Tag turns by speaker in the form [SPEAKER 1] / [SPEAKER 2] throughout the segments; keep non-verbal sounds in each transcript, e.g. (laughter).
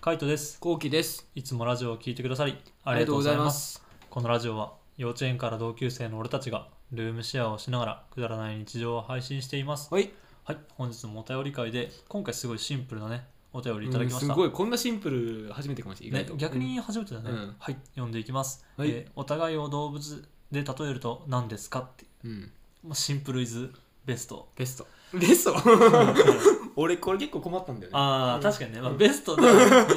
[SPEAKER 1] カイトです
[SPEAKER 2] こうきです。
[SPEAKER 1] いつもラジオを聞いてくださりあ
[SPEAKER 2] あ
[SPEAKER 1] り
[SPEAKER 2] り
[SPEAKER 1] がとうご
[SPEAKER 2] がとうご
[SPEAKER 1] ざ
[SPEAKER 2] ざ
[SPEAKER 1] い
[SPEAKER 2] い
[SPEAKER 1] ま
[SPEAKER 2] ますす
[SPEAKER 1] このラジオは幼稚園から同級生の俺たちがルームシェアをしながらくだらない日常を配信しています
[SPEAKER 2] はい。
[SPEAKER 1] はい本日もお便り会で今回すごいシンプルなねお便りいただきまし
[SPEAKER 2] す
[SPEAKER 1] た、
[SPEAKER 2] ごい、こんなシンプル初めてかもしれ
[SPEAKER 1] ね
[SPEAKER 2] ない。意外と、
[SPEAKER 1] 逆に初めてだね、
[SPEAKER 2] うん
[SPEAKER 1] はい読んでいきます、
[SPEAKER 2] はい
[SPEAKER 1] えーお互いを動物で例えると何ですかって
[SPEAKER 2] うん、うん
[SPEAKER 1] もうシンプルイズベス
[SPEAKER 2] (laughs)
[SPEAKER 1] ト
[SPEAKER 2] ベスト。ベスト
[SPEAKER 1] (laughs)
[SPEAKER 2] 俺、これ結構困ったんだよね。
[SPEAKER 1] ああ、
[SPEAKER 2] うん
[SPEAKER 1] 確かにね、まあ、ベストだ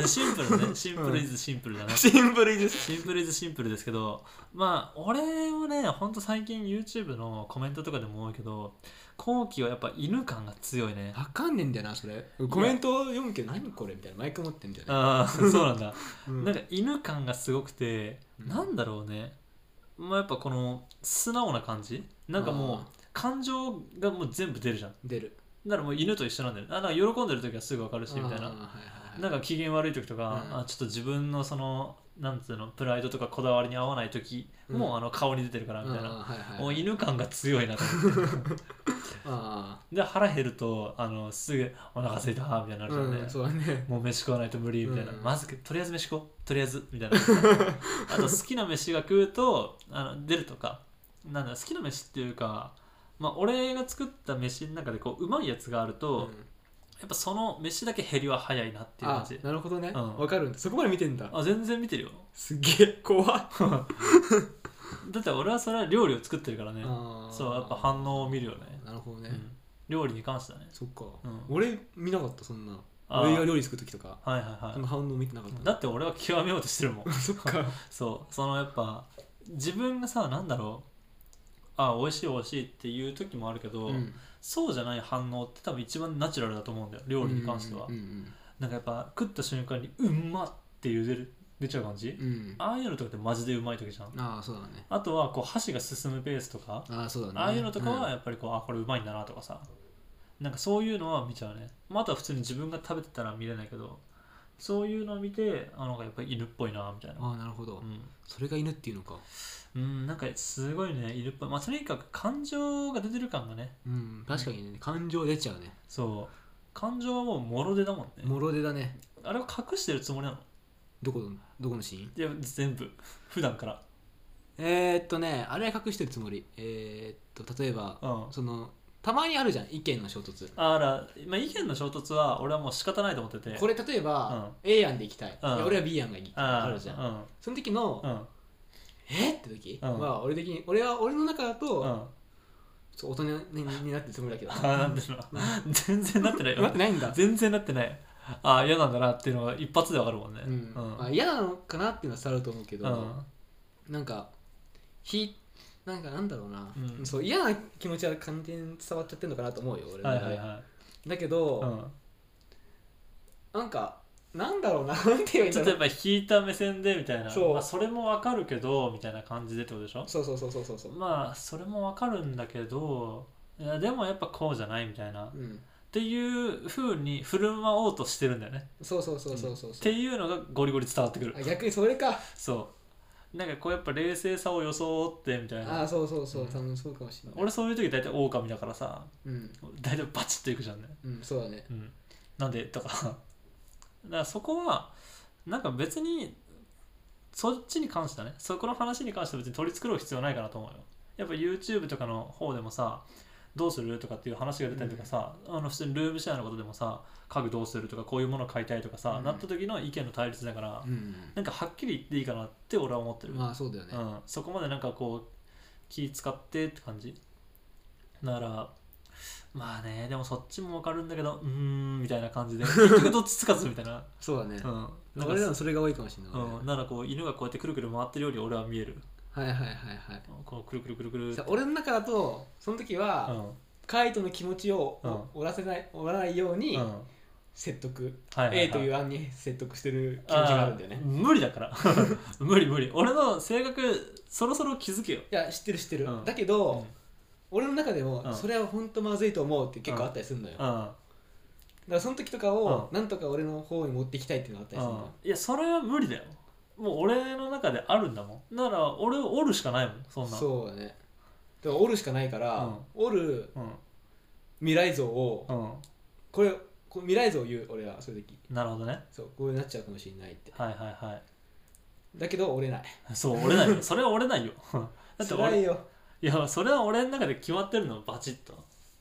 [SPEAKER 1] シンプルねシンプルイズシンプルだね、
[SPEAKER 2] シンプルです。
[SPEAKER 1] シンプルイズシンプルですけどまあ俺はねほんと最近 YouTube のコメントとかでも多いけど後期はやっぱ犬感が強いね
[SPEAKER 2] わかんねえんだよな、それ。コメント読むけど、何これみたいな。毎回持ってんだよね。
[SPEAKER 1] ああ
[SPEAKER 2] (laughs)
[SPEAKER 1] そうなんだ、
[SPEAKER 2] うん
[SPEAKER 1] なんか犬感がすごくて、
[SPEAKER 2] うん
[SPEAKER 1] なんだろうねまあやっぱこの素直な感じなんかもう
[SPEAKER 2] あ
[SPEAKER 1] 感情がもう全部出るじゃん
[SPEAKER 2] 出る。
[SPEAKER 1] だからもう犬と一緒なんだよあなんか喜んでる時はすぐ分かるしみたい
[SPEAKER 2] あー
[SPEAKER 1] な
[SPEAKER 2] はいはいはい
[SPEAKER 1] なんか機嫌悪い時とか、
[SPEAKER 2] うん
[SPEAKER 1] あちょっと自分のそのなんつうのプライドとかこだわりに合わない時も、
[SPEAKER 2] うん
[SPEAKER 1] あの顔に出てるからみたいな、
[SPEAKER 2] あーはいはい
[SPEAKER 1] もう
[SPEAKER 2] はい
[SPEAKER 1] 犬感が強いなと思って
[SPEAKER 2] (laughs) あ
[SPEAKER 1] で腹減るとあのすぐお腹空いたみたいにな
[SPEAKER 2] ー
[SPEAKER 1] るじゃんね
[SPEAKER 2] うん、そうだね。
[SPEAKER 1] もう飯食わないと無理みたいな、
[SPEAKER 2] うん
[SPEAKER 1] まずくとりあえず飯食おうとりあえずみ
[SPEAKER 2] (laughs)
[SPEAKER 1] たいなあと好きな飯が食うとあの出るとかなんだ好きな飯っていうかまあ、俺が作った飯の中でこううまいやつがあると、
[SPEAKER 2] うん
[SPEAKER 1] やっぱその飯だけ減りは早いなっていう感
[SPEAKER 2] あ
[SPEAKER 1] じ
[SPEAKER 2] なるほどね。
[SPEAKER 1] うん
[SPEAKER 2] わかるんだ。そこまで見てんだ。
[SPEAKER 1] あ全然見てるよ
[SPEAKER 2] すげえ、怖っ。
[SPEAKER 1] だって俺はそれは料理を作ってるからね
[SPEAKER 2] あー
[SPEAKER 1] (laughs) そうやっぱ反応を見るよね、
[SPEAKER 2] なるほどね。
[SPEAKER 1] うん、料理に関してはね
[SPEAKER 2] そっか、
[SPEAKER 1] うん
[SPEAKER 2] 俺見なかったそんな
[SPEAKER 1] あー
[SPEAKER 2] 俺が料理作る時とか
[SPEAKER 1] はいはいはい
[SPEAKER 2] その反応見てなかった
[SPEAKER 1] だって俺は極めようとしてるも
[SPEAKER 2] (laughs)
[SPEAKER 1] ん
[SPEAKER 2] そっか
[SPEAKER 1] そうそのやっぱ自分がさなんだろうあ美味しい美味しいっていう時もあるけど、
[SPEAKER 2] うん
[SPEAKER 1] そうじゃない反応って多分一番ナチュラルだと思うんだよ料理に関しては、
[SPEAKER 2] うんうん
[SPEAKER 1] なんかやっぱ食った瞬間に「うんまっ!」って茹でる出ちゃう感じ、
[SPEAKER 2] うんうん
[SPEAKER 1] ああいうのとかってマジでうまい時じゃん
[SPEAKER 2] ああそうだね
[SPEAKER 1] あとはこう箸が進むペースとか、
[SPEAKER 2] ああそうだね
[SPEAKER 1] ああいうのとかは
[SPEAKER 2] うん
[SPEAKER 1] やっぱりこう、あこれうまいんだなとかさなんかそういうのは見ちゃうね、まあ、あとは普通に自分が食べてたら見れないけどそういうのを見てあなんかやっぱり犬っぽいなみたいな
[SPEAKER 2] ああなるほど、
[SPEAKER 1] うん
[SPEAKER 2] それが犬っていうのか
[SPEAKER 1] うん、なんかすごいね、いるっぽい。まあ、とにかく感情が出てる感がね、
[SPEAKER 2] うん確かにね感情出ちゃうね
[SPEAKER 1] そう。感情はもうもろ出だもんね。
[SPEAKER 2] もろ手だね
[SPEAKER 1] あれは隠してるつもりなの
[SPEAKER 2] どこどこのシーン
[SPEAKER 1] いや、全部。普段から。
[SPEAKER 2] えー、っとねあれは隠してるつもりえー、っと例えば
[SPEAKER 1] うん。
[SPEAKER 2] そのたまにあるじゃん意見の衝突
[SPEAKER 1] あら、まあ、意見の衝突は俺はもう仕方ないと思ってて。
[SPEAKER 2] これ例えば、A 案でいきたい,いや、
[SPEAKER 1] うん
[SPEAKER 2] 俺は B 案がいい
[SPEAKER 1] あ
[SPEAKER 2] あるじゃん、
[SPEAKER 1] ん。
[SPEAKER 2] その時の、
[SPEAKER 1] うん。うん。
[SPEAKER 2] えって時
[SPEAKER 1] うん
[SPEAKER 2] は俺的に俺は俺の中だと、
[SPEAKER 1] うん。
[SPEAKER 2] そう大人にになってるつもりだけど
[SPEAKER 1] (laughs) あーなんていうの全然なってない
[SPEAKER 2] なっ
[SPEAKER 1] よ
[SPEAKER 2] て。ないんだ、
[SPEAKER 1] 全然なってない。ああ、嫌なんだなっていうのが一発でわかるもんね。
[SPEAKER 2] うん
[SPEAKER 1] うん。
[SPEAKER 2] まあ、嫌なのかなっていうのは伝わると思うけ
[SPEAKER 1] う
[SPEAKER 2] ど、
[SPEAKER 1] ん。
[SPEAKER 2] なんかひなんかなんだろうな、
[SPEAKER 1] うん
[SPEAKER 2] そう嫌な気持ちは完全に伝わっちゃってるのかなと思うよ俺の
[SPEAKER 1] はい
[SPEAKER 2] 中で
[SPEAKER 1] はいはい。
[SPEAKER 2] だけど、
[SPEAKER 1] うん。
[SPEAKER 2] なんかなんだろうななんて言えばいいん
[SPEAKER 1] ちょ
[SPEAKER 2] だ
[SPEAKER 1] っと
[SPEAKER 2] ろ
[SPEAKER 1] やっ
[SPEAKER 2] う
[SPEAKER 1] ぱ引いた目線でみたいな
[SPEAKER 2] そう
[SPEAKER 1] まあ、それもわかるけどみたいな感じでってことでしょ
[SPEAKER 2] そうそうそうそうそうそう
[SPEAKER 1] まあそれもわかるんだけどいやでもやっぱこうじゃないみたいな、っ
[SPEAKER 2] うん
[SPEAKER 1] ていうふうに振る舞おうとしてるんだよね
[SPEAKER 2] そうそうそうそうそう
[SPEAKER 1] っ
[SPEAKER 2] そ
[SPEAKER 1] て
[SPEAKER 2] う、
[SPEAKER 1] いうのがゴリゴリ伝わってくる
[SPEAKER 2] あ逆にそれか
[SPEAKER 1] そうなんかこうやっぱ冷静さを装ってみたい
[SPEAKER 2] あ
[SPEAKER 1] な
[SPEAKER 2] ーそうそうそ
[SPEAKER 1] う
[SPEAKER 2] う、
[SPEAKER 1] ん
[SPEAKER 2] 多分そうかもしれない
[SPEAKER 1] 俺そういう時大体オオカミだからさ
[SPEAKER 2] うん、
[SPEAKER 1] 大体バチッといくじゃんね
[SPEAKER 2] うん、そうだね
[SPEAKER 1] うん、なんでとか (laughs) だからそこはなんか別にそっちに関してはねそこの話に関しては別に取り繕う必要ないかなと思うよやっぱ YouTube とかの方でもさどうするとかっていう話が出たりとかさ、あの普通にルームシェアのことでもさ家具どうするとかこういうものを買いたいとかさ、
[SPEAKER 2] うん
[SPEAKER 1] なった時の意見の対立だから、
[SPEAKER 2] うん
[SPEAKER 1] なんかはっきり言っていいかなって俺は思ってる、
[SPEAKER 2] まあそうだよね、
[SPEAKER 1] うん、そこまでなんかこう気使ってって感じならまあねでもそっちもわかるんだけどうーんみたいな感じ
[SPEAKER 2] (laughs)
[SPEAKER 1] で結局どっちつかずみたいな、
[SPEAKER 2] そうだね、
[SPEAKER 1] うん、なんか
[SPEAKER 2] 俺らのそれが多いかもしれない、
[SPEAKER 1] うん、ならこう犬がこうやってくるくる回ってるより俺は見える
[SPEAKER 2] はいはいはいはい
[SPEAKER 1] こうくるくるくるくるって
[SPEAKER 2] さ俺の中だとその時
[SPEAKER 1] う
[SPEAKER 2] は、
[SPEAKER 1] ん
[SPEAKER 2] カイトの気持ちを
[SPEAKER 1] うん
[SPEAKER 2] 折らせない折らないように
[SPEAKER 1] うんは
[SPEAKER 2] 説得、
[SPEAKER 1] いはいはい
[SPEAKER 2] A という案に説得してる気持ちがあるんだよね
[SPEAKER 1] あー無理だから (laughs) 無理無理俺の性格そろそろ気づけよ、
[SPEAKER 2] いや知ってる知ってる、
[SPEAKER 1] うん
[SPEAKER 2] だけ
[SPEAKER 1] う
[SPEAKER 2] ど、
[SPEAKER 1] ん
[SPEAKER 2] 俺の中でも、
[SPEAKER 1] うん
[SPEAKER 2] それは本当まずいと思うって結構あったりするのよ、だか
[SPEAKER 1] うん
[SPEAKER 2] らその時とかを、
[SPEAKER 1] う
[SPEAKER 2] なんとか俺の方に持っていきたいっていうのがあったりするのよ、
[SPEAKER 1] いやそれは無理だよもう俺の中であるんだもんなら俺を折るしかないもんそんな
[SPEAKER 2] そうだねでも折るしかないから、
[SPEAKER 1] うん
[SPEAKER 2] 折る
[SPEAKER 1] うん
[SPEAKER 2] 未来像を、
[SPEAKER 1] うん
[SPEAKER 2] これこう未来像を言う俺はそういう時
[SPEAKER 1] なるほどね
[SPEAKER 2] そうこうなっちゃうかもしれないって
[SPEAKER 1] はいはいは
[SPEAKER 2] だけど折れない
[SPEAKER 1] い (laughs) そう折れないよ
[SPEAKER 2] (laughs)
[SPEAKER 1] それは折れないよだって
[SPEAKER 2] 辛
[SPEAKER 1] 俺
[SPEAKER 2] い
[SPEAKER 1] い
[SPEAKER 2] よ
[SPEAKER 1] やそれは俺の中で決まってるのバチッと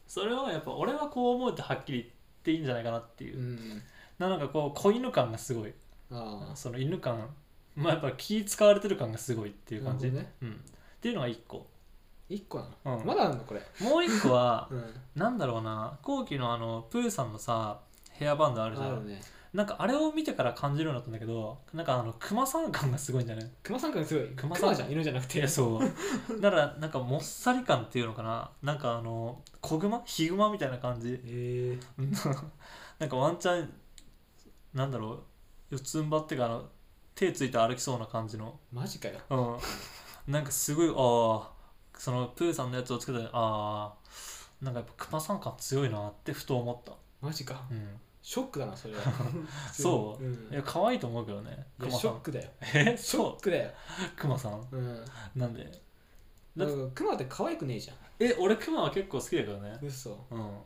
[SPEAKER 1] それはやっぱ俺はこう思うってはっきり言っていいんじゃないかなっていうう、
[SPEAKER 2] ん
[SPEAKER 1] なんかこう子犬感がすごい
[SPEAKER 2] ああ
[SPEAKER 1] その犬感まあやっぱ気使われてる感がすごいっていう感じ、
[SPEAKER 2] なるほ
[SPEAKER 1] うん、っていうのが1個
[SPEAKER 2] 一個なの、
[SPEAKER 1] うん
[SPEAKER 2] まだあるのこれ、
[SPEAKER 1] もう1個は (laughs)
[SPEAKER 2] うん、
[SPEAKER 1] なんだろうな後期のあのプーさんのさヘアバンドあるじゃ
[SPEAKER 2] あ
[SPEAKER 1] ん
[SPEAKER 2] るね
[SPEAKER 1] なんかあれを見てから感じるようになったんだけどなんかあの熊さん感がすごいんじゃない
[SPEAKER 2] 熊さん感すごい
[SPEAKER 1] 熊
[SPEAKER 2] 熊
[SPEAKER 1] さん
[SPEAKER 2] じゃん犬じゃなく
[SPEAKER 1] い
[SPEAKER 2] て
[SPEAKER 1] やそうだからなんかもっさり感っていうのかななんかあの子熊ヒグマみたいな感じ (laughs)
[SPEAKER 2] え
[SPEAKER 1] うんなんかワンチャンなんだろう四つん這ってかあの手ついて歩きそうな感じの
[SPEAKER 2] マジかよ
[SPEAKER 1] うんなんかすごいああそのプーさんのやつをつけてああなんかやっぱ熊さん感強いなってふと思った、
[SPEAKER 2] マジか
[SPEAKER 1] うん、
[SPEAKER 2] ショックだなそれは
[SPEAKER 1] (laughs) そう、
[SPEAKER 2] ん
[SPEAKER 1] いや可愛いと思うけどね
[SPEAKER 2] いや
[SPEAKER 1] 熊
[SPEAKER 2] シ
[SPEAKER 1] さ
[SPEAKER 2] ョッ
[SPEAKER 1] ん
[SPEAKER 2] クだよ
[SPEAKER 1] え
[SPEAKER 2] ショ
[SPEAKER 1] (laughs) そ
[SPEAKER 2] ックだよ、
[SPEAKER 1] う熊さん
[SPEAKER 2] うん、
[SPEAKER 1] なんでだ
[SPEAKER 2] だ
[SPEAKER 1] っ
[SPEAKER 2] からクマって可愛くねえじゃん
[SPEAKER 1] え俺クマは結構好きだけどね
[SPEAKER 2] 嘘
[SPEAKER 1] うん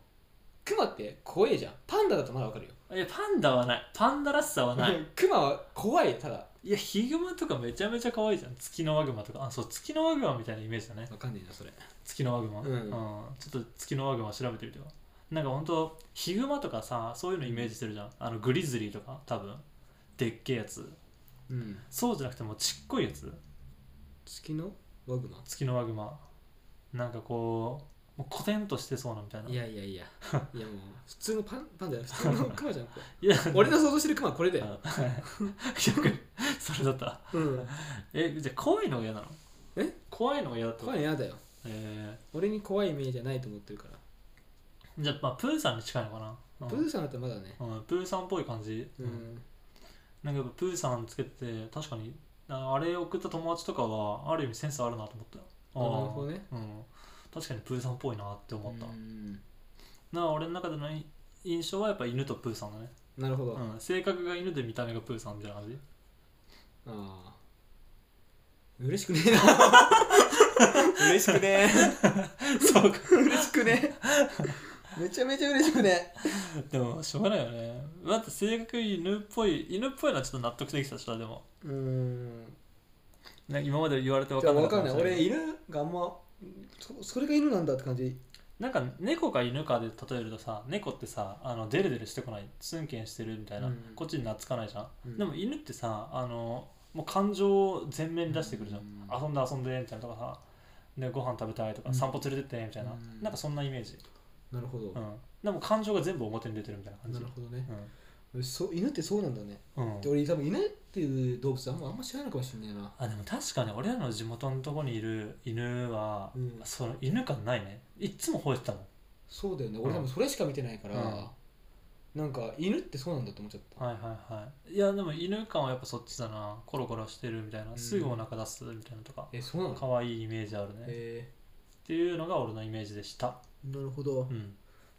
[SPEAKER 2] クマって怖えじゃんパンダだとまだわかるよ
[SPEAKER 1] えパンダはないパンダらしさはない
[SPEAKER 2] (laughs) クマは怖いただ
[SPEAKER 1] いやヒグマとかめちゃめちゃ可愛いじゃん月のワグマとかあそう月のワグマみたいなイメージだね
[SPEAKER 2] わかんねえなそれ
[SPEAKER 1] 月のワグマ、
[SPEAKER 2] うん
[SPEAKER 1] ちょっと月のワグマ調べてみてよなんかほんとヒグマとかさそういうのイメージしてるじゃんあのグリズリーとか多分でっけえやつ
[SPEAKER 2] うん
[SPEAKER 1] そうじゃなくてもうちっこいやつ
[SPEAKER 2] 月のワグマ
[SPEAKER 1] 月のワグマなんかこうもうコテンとしてそうなみたいない
[SPEAKER 2] いやい
[SPEAKER 1] (laughs)
[SPEAKER 2] やいやいやもう普通のパンパンダよ普通のクマじゃんこれ
[SPEAKER 1] いや
[SPEAKER 2] 俺の想像してるクマはこれだ
[SPEAKER 1] あ
[SPEAKER 2] よ、
[SPEAKER 1] の逆にそれだった
[SPEAKER 2] うん、
[SPEAKER 1] えじゃあ怖いのが嫌なの
[SPEAKER 2] え
[SPEAKER 1] 怖いのが嫌だった
[SPEAKER 2] 怖いの嫌だよ
[SPEAKER 1] え
[SPEAKER 2] 俺に怖いイメージはないと思ってるから、
[SPEAKER 1] ーじゃあ、まあ、プーさんに近いのかなうん
[SPEAKER 2] プーさんだったらまだね
[SPEAKER 1] うん、プーさんっぽい感じ、
[SPEAKER 2] うん、
[SPEAKER 1] なんかやっぱプーさんつけて確かにああれ送った友達とかはある意味センスあるなと思ったよ
[SPEAKER 2] なるほどね
[SPEAKER 1] あーうん、確かにプーさんっぽいなって思った、
[SPEAKER 2] うん
[SPEAKER 1] なあ俺の中でのい印象はやっぱ犬とプーさんだね、
[SPEAKER 2] なるほど、あ
[SPEAKER 1] うん、性格が犬で見た目がプーさんみたいな感じ
[SPEAKER 2] あ嬉しくねえ
[SPEAKER 1] (laughs)
[SPEAKER 2] な嬉しく (laughs) ね
[SPEAKER 1] そうか
[SPEAKER 2] え嬉しくねえめちゃめちゃ嬉しくね
[SPEAKER 1] でもしょうがないよねだって性格犬っぽい犬っぽいのはちょっと納得できたしなでも
[SPEAKER 2] えうん
[SPEAKER 1] ね今まで言われて分
[SPEAKER 2] じゃ
[SPEAKER 1] か
[SPEAKER 2] あ
[SPEAKER 1] んなかっ
[SPEAKER 2] 分
[SPEAKER 1] た
[SPEAKER 2] かん
[SPEAKER 1] も
[SPEAKER 2] ない
[SPEAKER 1] しれ
[SPEAKER 2] 俺
[SPEAKER 1] けど
[SPEAKER 2] 犬があんまそそれが犬なんだって感じ
[SPEAKER 1] なんか猫か犬かで例えるとさ猫ってさあのデレデレしてこないツンケンしてるみたいな、
[SPEAKER 2] うん
[SPEAKER 1] こっちに懐かないじゃん、
[SPEAKER 2] うん
[SPEAKER 1] でも犬ってさあのもう感情を前面に出してくるじゃん、
[SPEAKER 2] うん
[SPEAKER 1] 遊んで遊んでみたいなとかさでご飯食べたいとか、
[SPEAKER 2] うん
[SPEAKER 1] 散歩連れてってみたいな、
[SPEAKER 2] うん
[SPEAKER 1] なんかそんなイメージ、
[SPEAKER 2] なるほど、
[SPEAKER 1] うん、でも感情が全部表に出てるみたいな感じ
[SPEAKER 2] なるほどねそう犬ってそうなんだね
[SPEAKER 1] うん、うん
[SPEAKER 2] で俺多分犬っていう動物あんまあんま知らないのかもしれないな
[SPEAKER 1] あでも確かに俺らの地元のとこにいる犬は、
[SPEAKER 2] うん
[SPEAKER 1] その犬感ないねいっつも吠えてたもん
[SPEAKER 2] そうだよね
[SPEAKER 1] うん
[SPEAKER 2] 俺多分それしか見てないから、なんか犬ってそうなんだと思っちゃった、
[SPEAKER 1] はいはいはいいやでも犬感はやっぱそっちだなコロコロしてるみたいな、
[SPEAKER 2] うん
[SPEAKER 1] すぐお腹出すみたいなとか
[SPEAKER 2] えそうなの
[SPEAKER 1] 可愛いイメージあるね、っ
[SPEAKER 2] え
[SPEAKER 1] ていうのが俺のイメージでした
[SPEAKER 2] ーなるほど
[SPEAKER 1] う、
[SPEAKER 2] (laughs)
[SPEAKER 1] ん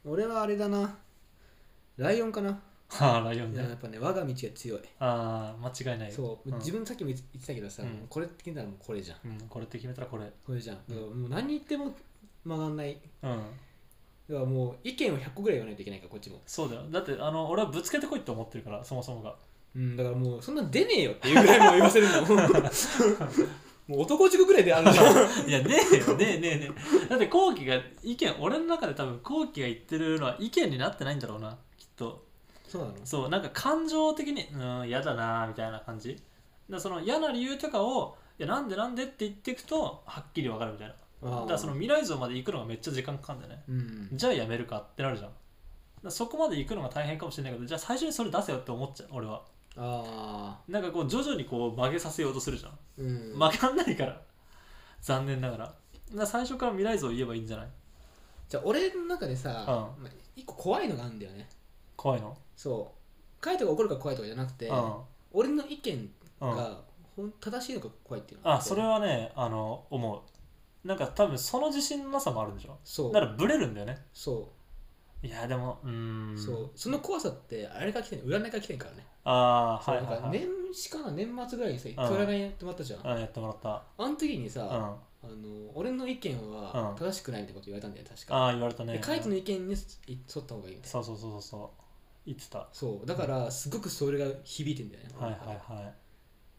[SPEAKER 2] 俺はあれだなライオンかな、
[SPEAKER 1] はあライオン
[SPEAKER 2] いやや
[SPEAKER 1] ね
[SPEAKER 2] っぱね我が道が強い、
[SPEAKER 1] ああ間違いないよ
[SPEAKER 2] そう、
[SPEAKER 1] うん
[SPEAKER 2] 自分さっきも言ってたけどさ、
[SPEAKER 1] うん
[SPEAKER 2] もうこれって聞いたらもうこれじゃん
[SPEAKER 1] うん、これって決めたらこれ
[SPEAKER 2] これじゃん、
[SPEAKER 1] うん
[SPEAKER 2] だからもう何言っても曲がんない
[SPEAKER 1] うん
[SPEAKER 2] だからもう意見を100個ぐらい言わないといけないからこっちも
[SPEAKER 1] そうだよだってあの俺はぶつけてこいって思ってるからそもそもが
[SPEAKER 2] うんだからもうそんな出ねえよっていうぐらいもう言わせるん
[SPEAKER 1] (laughs)
[SPEAKER 2] だもんもう男塾ぐ (laughs) らいであるじゃん
[SPEAKER 1] いやねえよ (laughs) ねえねえねえだって後期が意見俺の中で多分後期が言ってるのは意見になってないんだろうなきっと
[SPEAKER 2] (laughs) そうなの
[SPEAKER 1] そうなんか感情的にうん嫌だなみたいな感じだからその嫌な理由とかをいやなんでなんでって言っていくとはっきり分かるみたいな
[SPEAKER 2] あ
[SPEAKER 1] だ
[SPEAKER 2] ー
[SPEAKER 1] からその未来像まで行くのがめっちゃ時間かかるんだよね
[SPEAKER 2] うん
[SPEAKER 1] じゃあやめるかってなるじゃんだからそこまで行くのが大変かもしれないけどじゃあ最初にそれ出せよって思っちゃう俺は
[SPEAKER 2] ああ
[SPEAKER 1] なんかこう徐々にこう曲げさせようとするじゃん
[SPEAKER 2] うん
[SPEAKER 1] 曲がんないから残念ながらだから最初から未来像を言えばいいんじゃない
[SPEAKER 2] じゃあ俺の中でさ、
[SPEAKER 1] う
[SPEAKER 2] まあ一個怖いのがあるんだよね
[SPEAKER 1] 怖いの
[SPEAKER 2] そうカイトが怒るから怖いとかじゃなくて、
[SPEAKER 1] う
[SPEAKER 2] 俺の意見
[SPEAKER 1] んうん
[SPEAKER 2] がほん正しいのか怖いっていうのが
[SPEAKER 1] あそれはねあの思うなんか多分その自信のなさもあるんでしょ
[SPEAKER 2] そう
[SPEAKER 1] だからブレるんだよね
[SPEAKER 2] そ
[SPEAKER 1] いやでもうーん
[SPEAKER 2] うそうその怖さってあれが来てん占いが来てんからね、
[SPEAKER 1] ああ
[SPEAKER 2] そ
[SPEAKER 1] は
[SPEAKER 2] う
[SPEAKER 1] いはい
[SPEAKER 2] なんか
[SPEAKER 1] はい、
[SPEAKER 2] 年始かな年末ぐらいにさ一回
[SPEAKER 1] うん
[SPEAKER 2] 占いやってもらったじゃん、
[SPEAKER 1] うん、やってもらった
[SPEAKER 2] あの時に
[SPEAKER 1] うん
[SPEAKER 2] さ、
[SPEAKER 1] あ
[SPEAKER 2] あの俺の意見
[SPEAKER 1] うん
[SPEAKER 2] は正しくないみたいなこと言われたんだよね確か、
[SPEAKER 1] あ言われたね
[SPEAKER 2] でカイトの意見に沿った方がいいみたいな
[SPEAKER 1] そうそうそうそうそう言ってたは
[SPEAKER 2] そうだからすごくそれが響いてんだよね、
[SPEAKER 1] いはいは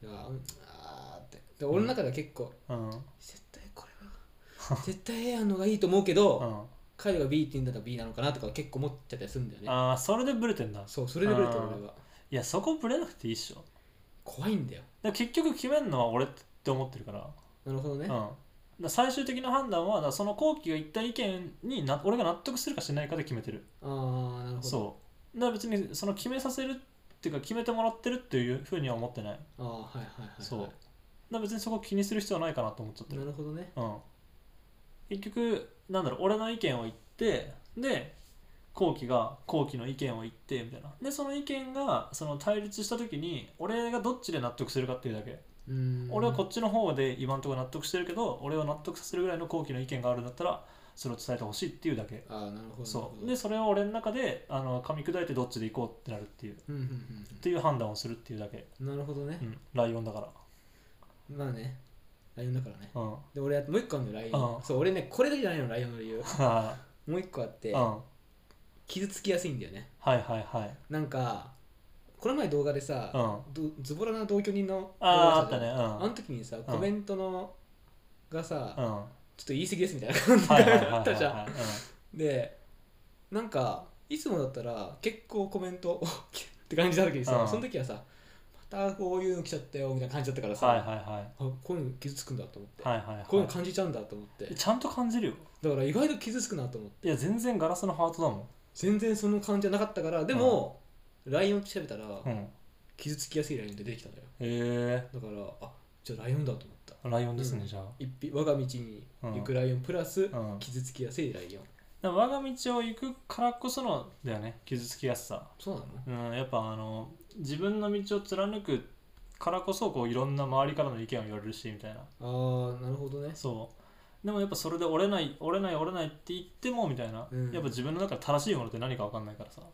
[SPEAKER 1] い
[SPEAKER 2] だからうんあーってで俺の中では結構、
[SPEAKER 1] うん
[SPEAKER 2] 絶対これは絶対 A やんのがいいと思うけど、
[SPEAKER 1] うん
[SPEAKER 2] 彼が B って言うんだったら B なのかなとか結構思っちゃったりするんだよね
[SPEAKER 1] ああそれでブレてんだ
[SPEAKER 2] そうそれレベルと
[SPEAKER 1] あー
[SPEAKER 2] 俺はい
[SPEAKER 1] やそこブレなくていいっしょ
[SPEAKER 2] 怖いんだよ
[SPEAKER 1] で結局決めるのは俺って思ってるから,、
[SPEAKER 2] なるほどね、
[SPEAKER 1] うん、だから最終的な判断はだからその後期が言った意見にな俺が納得するかしないかで決めてる
[SPEAKER 2] ああなるほど
[SPEAKER 1] そうだから別にその決めさせるっていうか決めてもらってるっていうふうには思ってない、
[SPEAKER 2] ああはいはいはい、はい、
[SPEAKER 1] そうだから別にそこ気にする必要はないかなと思っちゃってる
[SPEAKER 2] なるほどね
[SPEAKER 1] うん、結局なんだろう俺の意見を言ってで後期が後期の意見を言ってみたいなでその意見がその対立した時に俺がどっちで納得するかっていうだけ、
[SPEAKER 2] うーん
[SPEAKER 1] 俺はこっちの方で今のところ納得してるけど俺を納得させるぐらいの後期の意見があるんだったらそれを伝えてほしいっていうだけ
[SPEAKER 2] ああなるほどなる
[SPEAKER 1] そ
[SPEAKER 2] ほ
[SPEAKER 1] う
[SPEAKER 2] ど
[SPEAKER 1] でそれを俺の中であの噛み砕いてどっちで行こうってなるっていうっ
[SPEAKER 2] うんうん
[SPEAKER 1] ていう判断をするっていうだけ、
[SPEAKER 2] うんうんなるほどね
[SPEAKER 1] う、ん、ライオンだか
[SPEAKER 2] まあねライオンだからね
[SPEAKER 1] らうん (laughs)
[SPEAKER 2] で俺もう一個あるのよライオ
[SPEAKER 1] うん
[SPEAKER 2] ンそう俺ねこれだけじゃないのライオンの理由
[SPEAKER 1] は
[SPEAKER 2] もう一個あって
[SPEAKER 1] いうんは
[SPEAKER 2] 傷つきやすいんだよね
[SPEAKER 1] いはいはい
[SPEAKER 2] なんかこの前動画でさ、
[SPEAKER 1] う
[SPEAKER 2] どズボラな同居人の
[SPEAKER 1] ああーあっ
[SPEAKER 2] 動画
[SPEAKER 1] た
[SPEAKER 2] あ
[SPEAKER 1] ね
[SPEAKER 2] あの時にさコメントの、がさ、
[SPEAKER 1] う
[SPEAKER 2] ちょっ
[SPEAKER 1] んうん
[SPEAKER 2] と言い過ぎですみたいな感じ
[SPEAKER 1] はいはいはいはい
[SPEAKER 2] が
[SPEAKER 1] は
[SPEAKER 2] あ
[SPEAKER 1] い
[SPEAKER 2] ったじゃんでなんかいつもだったら結構コメント (laughs) おって感じだった時にさ、
[SPEAKER 1] うん
[SPEAKER 2] その時はさまたこういうの来ちゃったよみたいな感じだったからさ、
[SPEAKER 1] はいはいはい
[SPEAKER 2] あこういうの傷つくんだと思って、
[SPEAKER 1] はいはいはい
[SPEAKER 2] こういうの感じちゃうんだと思って
[SPEAKER 1] ちゃんと感じるよ
[SPEAKER 2] だから意外と傷つくなと思って
[SPEAKER 1] いや全然ガラスのハートだもん
[SPEAKER 2] 全然その感じはなかったからでも、ライオンって調べたら、
[SPEAKER 1] うんへ
[SPEAKER 2] 傷つきやすいライオンって出てきたんだよ
[SPEAKER 1] え
[SPEAKER 2] だからあじゃあライオンだと思った
[SPEAKER 1] ライオンですね、
[SPEAKER 2] うん
[SPEAKER 1] じゃあ
[SPEAKER 2] 一匹我が道に行くライオンプラス、
[SPEAKER 1] ん
[SPEAKER 2] 傷つきやすいライオ
[SPEAKER 1] だか
[SPEAKER 2] ン
[SPEAKER 1] ら我が道を行くからこそのだよね傷つきやすさ
[SPEAKER 2] そうなの
[SPEAKER 1] うんやっぱあの自分の道を貫くからこそこういろんな周りからの意見を言われるしみたいな
[SPEAKER 2] ああなるほどね
[SPEAKER 1] そうでもやっぱそれで折れない折れない折れないって言ってもみたいな、
[SPEAKER 2] うん
[SPEAKER 1] やっぱ自分の中で正しいものって何か分かんないからさだか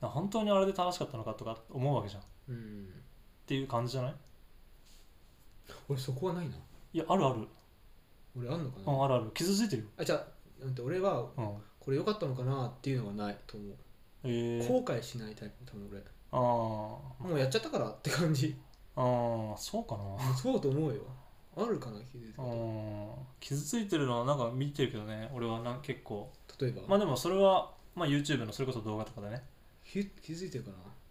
[SPEAKER 1] ら本当にあれで正しかったのかとか思うわけじゃんっ
[SPEAKER 2] うん
[SPEAKER 1] ていう感じじゃない
[SPEAKER 2] 俺そこはないない
[SPEAKER 1] やあるある
[SPEAKER 2] 俺あんのか
[SPEAKER 1] う
[SPEAKER 2] な、
[SPEAKER 1] ん、あるある傷ついてるよ、
[SPEAKER 2] あじゃあなんて俺は
[SPEAKER 1] うん、
[SPEAKER 2] これ良かったのかなっていうのがないと思う、
[SPEAKER 1] えー、
[SPEAKER 2] 後悔しないタイプ多分俺
[SPEAKER 1] あ
[SPEAKER 2] もうやっちゃったからって感じ (laughs)
[SPEAKER 1] あああそうかな
[SPEAKER 2] そうと思うよあるかな傷つくこと
[SPEAKER 1] うん傷ついてるのはなんか見てるけどね俺はなん結構
[SPEAKER 2] 例えば、
[SPEAKER 1] まあでもそれは、まあ、YouTube のそれこそ動画とかでね、
[SPEAKER 2] ひ気づいてるか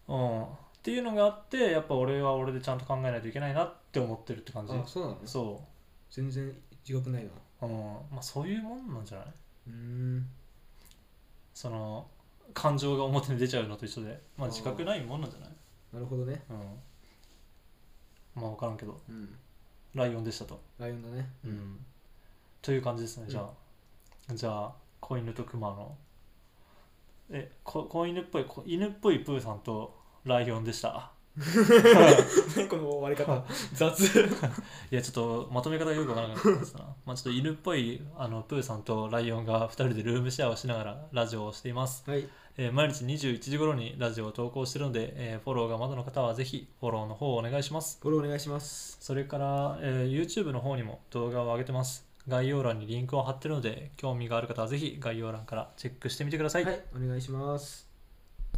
[SPEAKER 2] な
[SPEAKER 1] うん、っていうのがあってやっぱ俺は俺でちゃんと考えないといけないなって思ってるって感じ
[SPEAKER 2] あそうなの
[SPEAKER 1] そ
[SPEAKER 2] 全然自覚ないな
[SPEAKER 1] う、うんまあ、そういうもんなんじゃないう
[SPEAKER 2] ーん
[SPEAKER 1] その感情が表に出ちゃうのと一緒で、まあ、自覚ないもんなんじゃない、
[SPEAKER 2] なるほどね
[SPEAKER 1] うん、まあ分からんけど
[SPEAKER 2] うん
[SPEAKER 1] ライオンでしたと
[SPEAKER 2] ライオンだね (laughs)
[SPEAKER 1] うん、という感じですね、
[SPEAKER 2] うん
[SPEAKER 1] じゃあじゃあ子犬と熊のえこ子犬っぽい子犬っぽいプーさんとライオンで (laughs) した
[SPEAKER 2] この終わり方雑
[SPEAKER 1] (laughs) いやちょっとまとめ方よくわからなかったですなまあちょっと犬っぽいあのプーさんとライオンが2人でルームシェアをしながらラジオをしています、
[SPEAKER 2] はい
[SPEAKER 1] えー毎日21時頃にラジオを投稿しているので、えーフォローがまだの方はぜひフォローの方をお願いします
[SPEAKER 2] フォローお願いします
[SPEAKER 1] それから、えー YouTube の方にも動画を上げてます。概要欄にリンクを貼ってるので、興味がある方はぜひ概要欄からチェックしてみてください。
[SPEAKER 2] はい、お願いします。